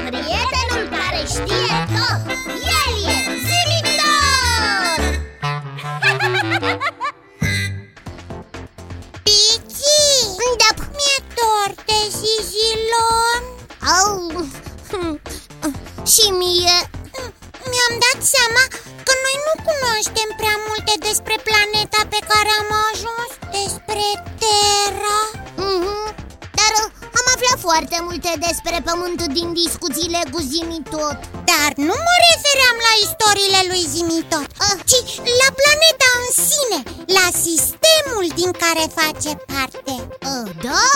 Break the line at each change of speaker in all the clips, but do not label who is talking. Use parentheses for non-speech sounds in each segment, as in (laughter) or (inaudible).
(laughs) și mie Mi-am dat seama că noi nu cunoaștem prea multe despre planeta pe care am ajuns Despre Terra
Mhm. Dar uh, am aflat foarte multe despre pământul din discuțiile cu Zimitot
Dar nu mă refeream la istoriile lui Zimitot
Ah.
Ci la planeta în sine La sistemul din care face parte
uh, Da,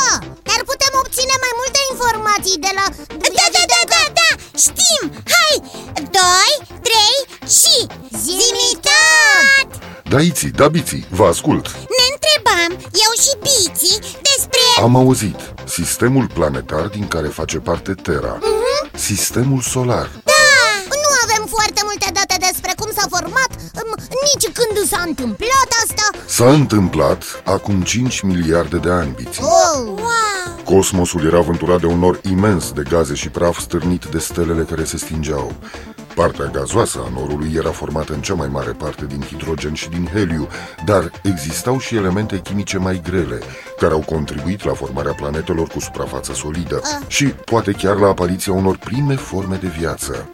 dar putem obține mai multe informații de la...
Da, da, da, da, da, știm! Hai! Doi, trei și...
Zimitot!
Zimitot!
Daiții, dabiții, vă ascult!
Ne întrebam, eu și Biții, despre...
Am auzit. Sistemul planetar din care face parte Terra. Sistemul solar.
Da.
Da.
Nu avem foarte multe date despre cum s-a format, um, nici când s-a întâmplat asta
S-a întâmplat acum 5 miliarde de ani, biții.
oh.
Wow!
Cosmosul era vânturat de un nor imens de gaze și praf stârnit de stelele care se stingeau. Partea gazoasă a norului era formată în cea mai mare parte din hidrogen și din heliu, dar existau și elemente chimice mai grele, care au contribuit la formarea planetelor cu suprafață solidă și poate chiar la apariția unor prime forme de viață.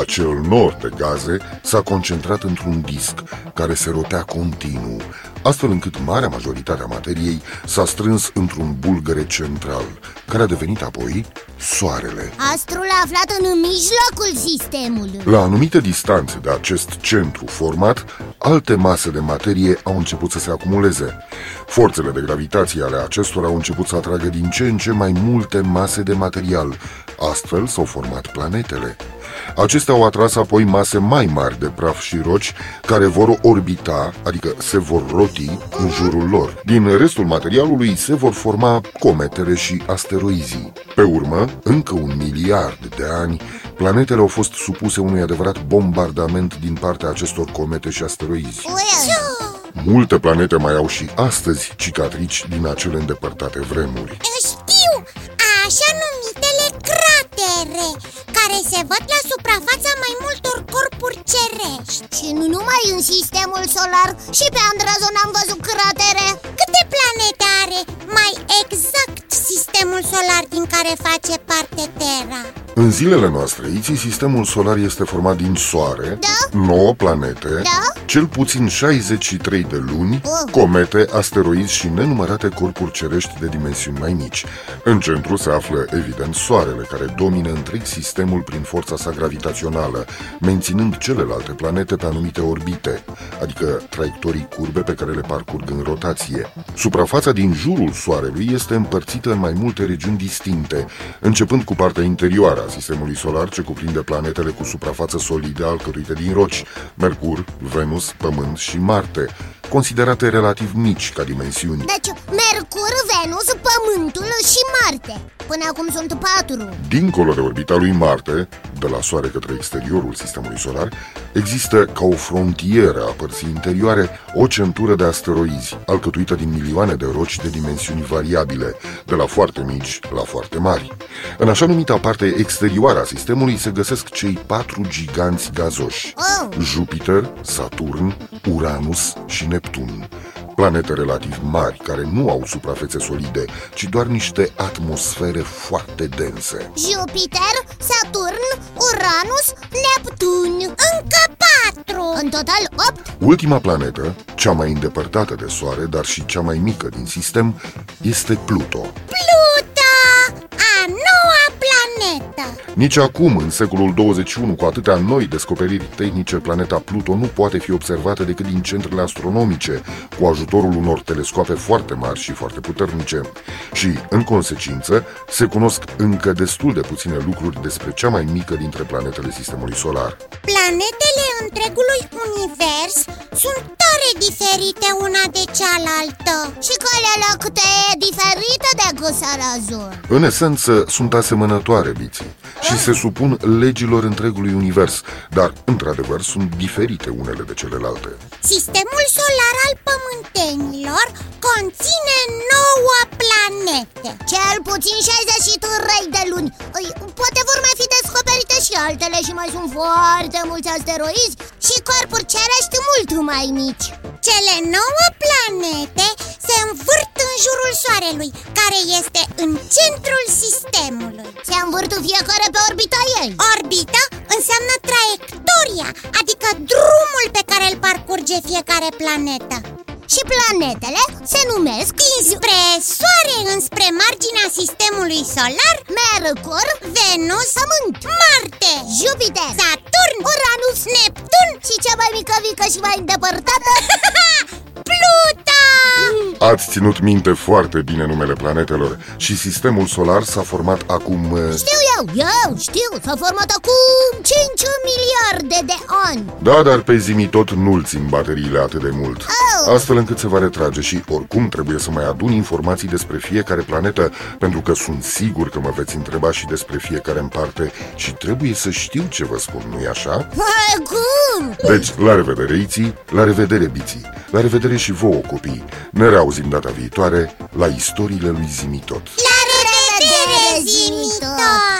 Acel nor de gaze s-a concentrat într-un disc care se rotea continuu, astfel încât marea majoritate a materiei s-a strâns într-un bulgăre central, care a devenit apoi soarele.
Astrul aflat în mijlocul sistemului
La anumite distanțe de acest centru format, alte mase de materie au început să se acumuleze. Forțele de gravitație ale acestora au început să atragă din ce în ce mai multe mase de material. Astfel s-au format planetele. Acestea au atras apoi mase mai mari de praf și roci care vor orbita, adică se vor roti în jurul lor. Din restul materialului se vor forma cometele și asteroizii. Pe urmă, încă un miliard de ani, planetele au fost supuse unui adevărat bombardament din partea acestor comete și asteroizi.
Well.
Multe planete mai au și astăzi cicatrici din acele îndepărtate vremuri.
Știu! Așa numitele cratere, care se văd la suprafața mai multor corpuri cerești
Și nu numai în sistemul solar Și pe Andrazon am văzut cratere
Câte planete are mai exact sistemul solar din care face parte Terra?
În zilele noastre, Iții, sistemul solar este format din Soare,
Da.
9 planete, cel puțin 63 de luni, comete, asteroizi și nenumărate corpuri cerești de dimensiuni mai mici. În centru se află, evident, Soarele, care domină întreg sistemul prin forța sa gravitațională, menținând celelalte planete pe anumite orbite, adică traiectorii curbe pe care le parcurg în rotație. Suprafața din jurul Soarelui este împărțită în mai multe regiuni distincte, începând cu partea interioară a sistemului solar, ce cuprinde planetele cu suprafață solidă alcătuite din roci, Mercur, Venus, Pământ și Marte, considerate relativ mici ca dimensiuni.
Deci Mercur, Venus, Pământul și Marte Până acum sunt patru
Dincolo de orbita lui Marte, de la Soare către exteriorul sistemului solar, există ca o frontieră a părții interioare o centură de asteroizi, alcătuită din milioane de roci de dimensiuni variabile, de la foarte mici la foarte mari. În așa numita parte exterioară a sistemului se găsesc cei patru giganți gazoși,
oh.
Jupiter, Saturn, Uranus și Neptun. Planete relativ mari, care nu au suprafețe solide, ci doar niște atmosfere foarte dense.
Jupiter, Saturn, Uranus, Neptun Încă patru În total opt
Ultima planetă, cea mai îndepărtată de Soare, dar și cea mai mică din sistem, este Pluto.
Pluto, a noua planetă
Nici acum, în secolul 21, cu atâtea noi descoperiri tehnice, planeta Pluto nu poate fi observată decât din centrele astronomice, cu ajutorul unor telescoape foarte mari și foarte puternice. Și, în consecință, se cunosc încă destul de puține lucruri despre cea mai mică dintre planetele sistemului solar.
Planetele întregului univers sunt tare diferite una de cealaltă
Și calea la câte e diferită decât Sarazul
În esență, sunt asemănătoare biții și se supun legilor întregului univers, dar, într-adevăr, sunt diferite unele de celelalte.
Sistemul solar al pământenilor conține 9 planete
Cel puțin 63 de luni Îi- Poate vor mai fi descoperite și altele și mai sunt foarte mulți asteroizi și corpuri cerești mult mai mici
Cele nouă planete se învârt în jurul Soarelui, care este în centrul sistemului.
Se învârtu fiecare pe orbita ei
Orbita înseamnă traiectoria, adică drumul pe care îl parcurge fiecare planetă.
Și planetele se numesc
Dinspre Soare, înspre marginea sistemului solar,
Mercur,
Venus,
Pământ,
Marte,
Jupiter,
Saturn,
Uranus,
Neptun,
și cea mai mică, mică și mai îndepărtată (laughs)
Pluto!
Ați ținut minte foarte bine numele planetelor și sistemul solar s-a format acum... uh,
Știu eu, eu știu, s-a format acum 5 miliarde de ani (laughs)
Da, dar pe zimii tot nu-l țin bateriile atât de mult Astfel încât se va retrage și oricum trebuie să mai adun informații despre fiecare planetă Pentru că sunt sigur că mă veți întreba și despre fiecare în parte Și trebuie să știu ce vă spun, nu-i așa?
Hai, cum?
Deci, la revedere, Iții, la revedere, Biții La revedere și vouă, copii Ne reauzim data viitoare la istoriile lui Zimitot
La revedere,
revedere,
Zimitor!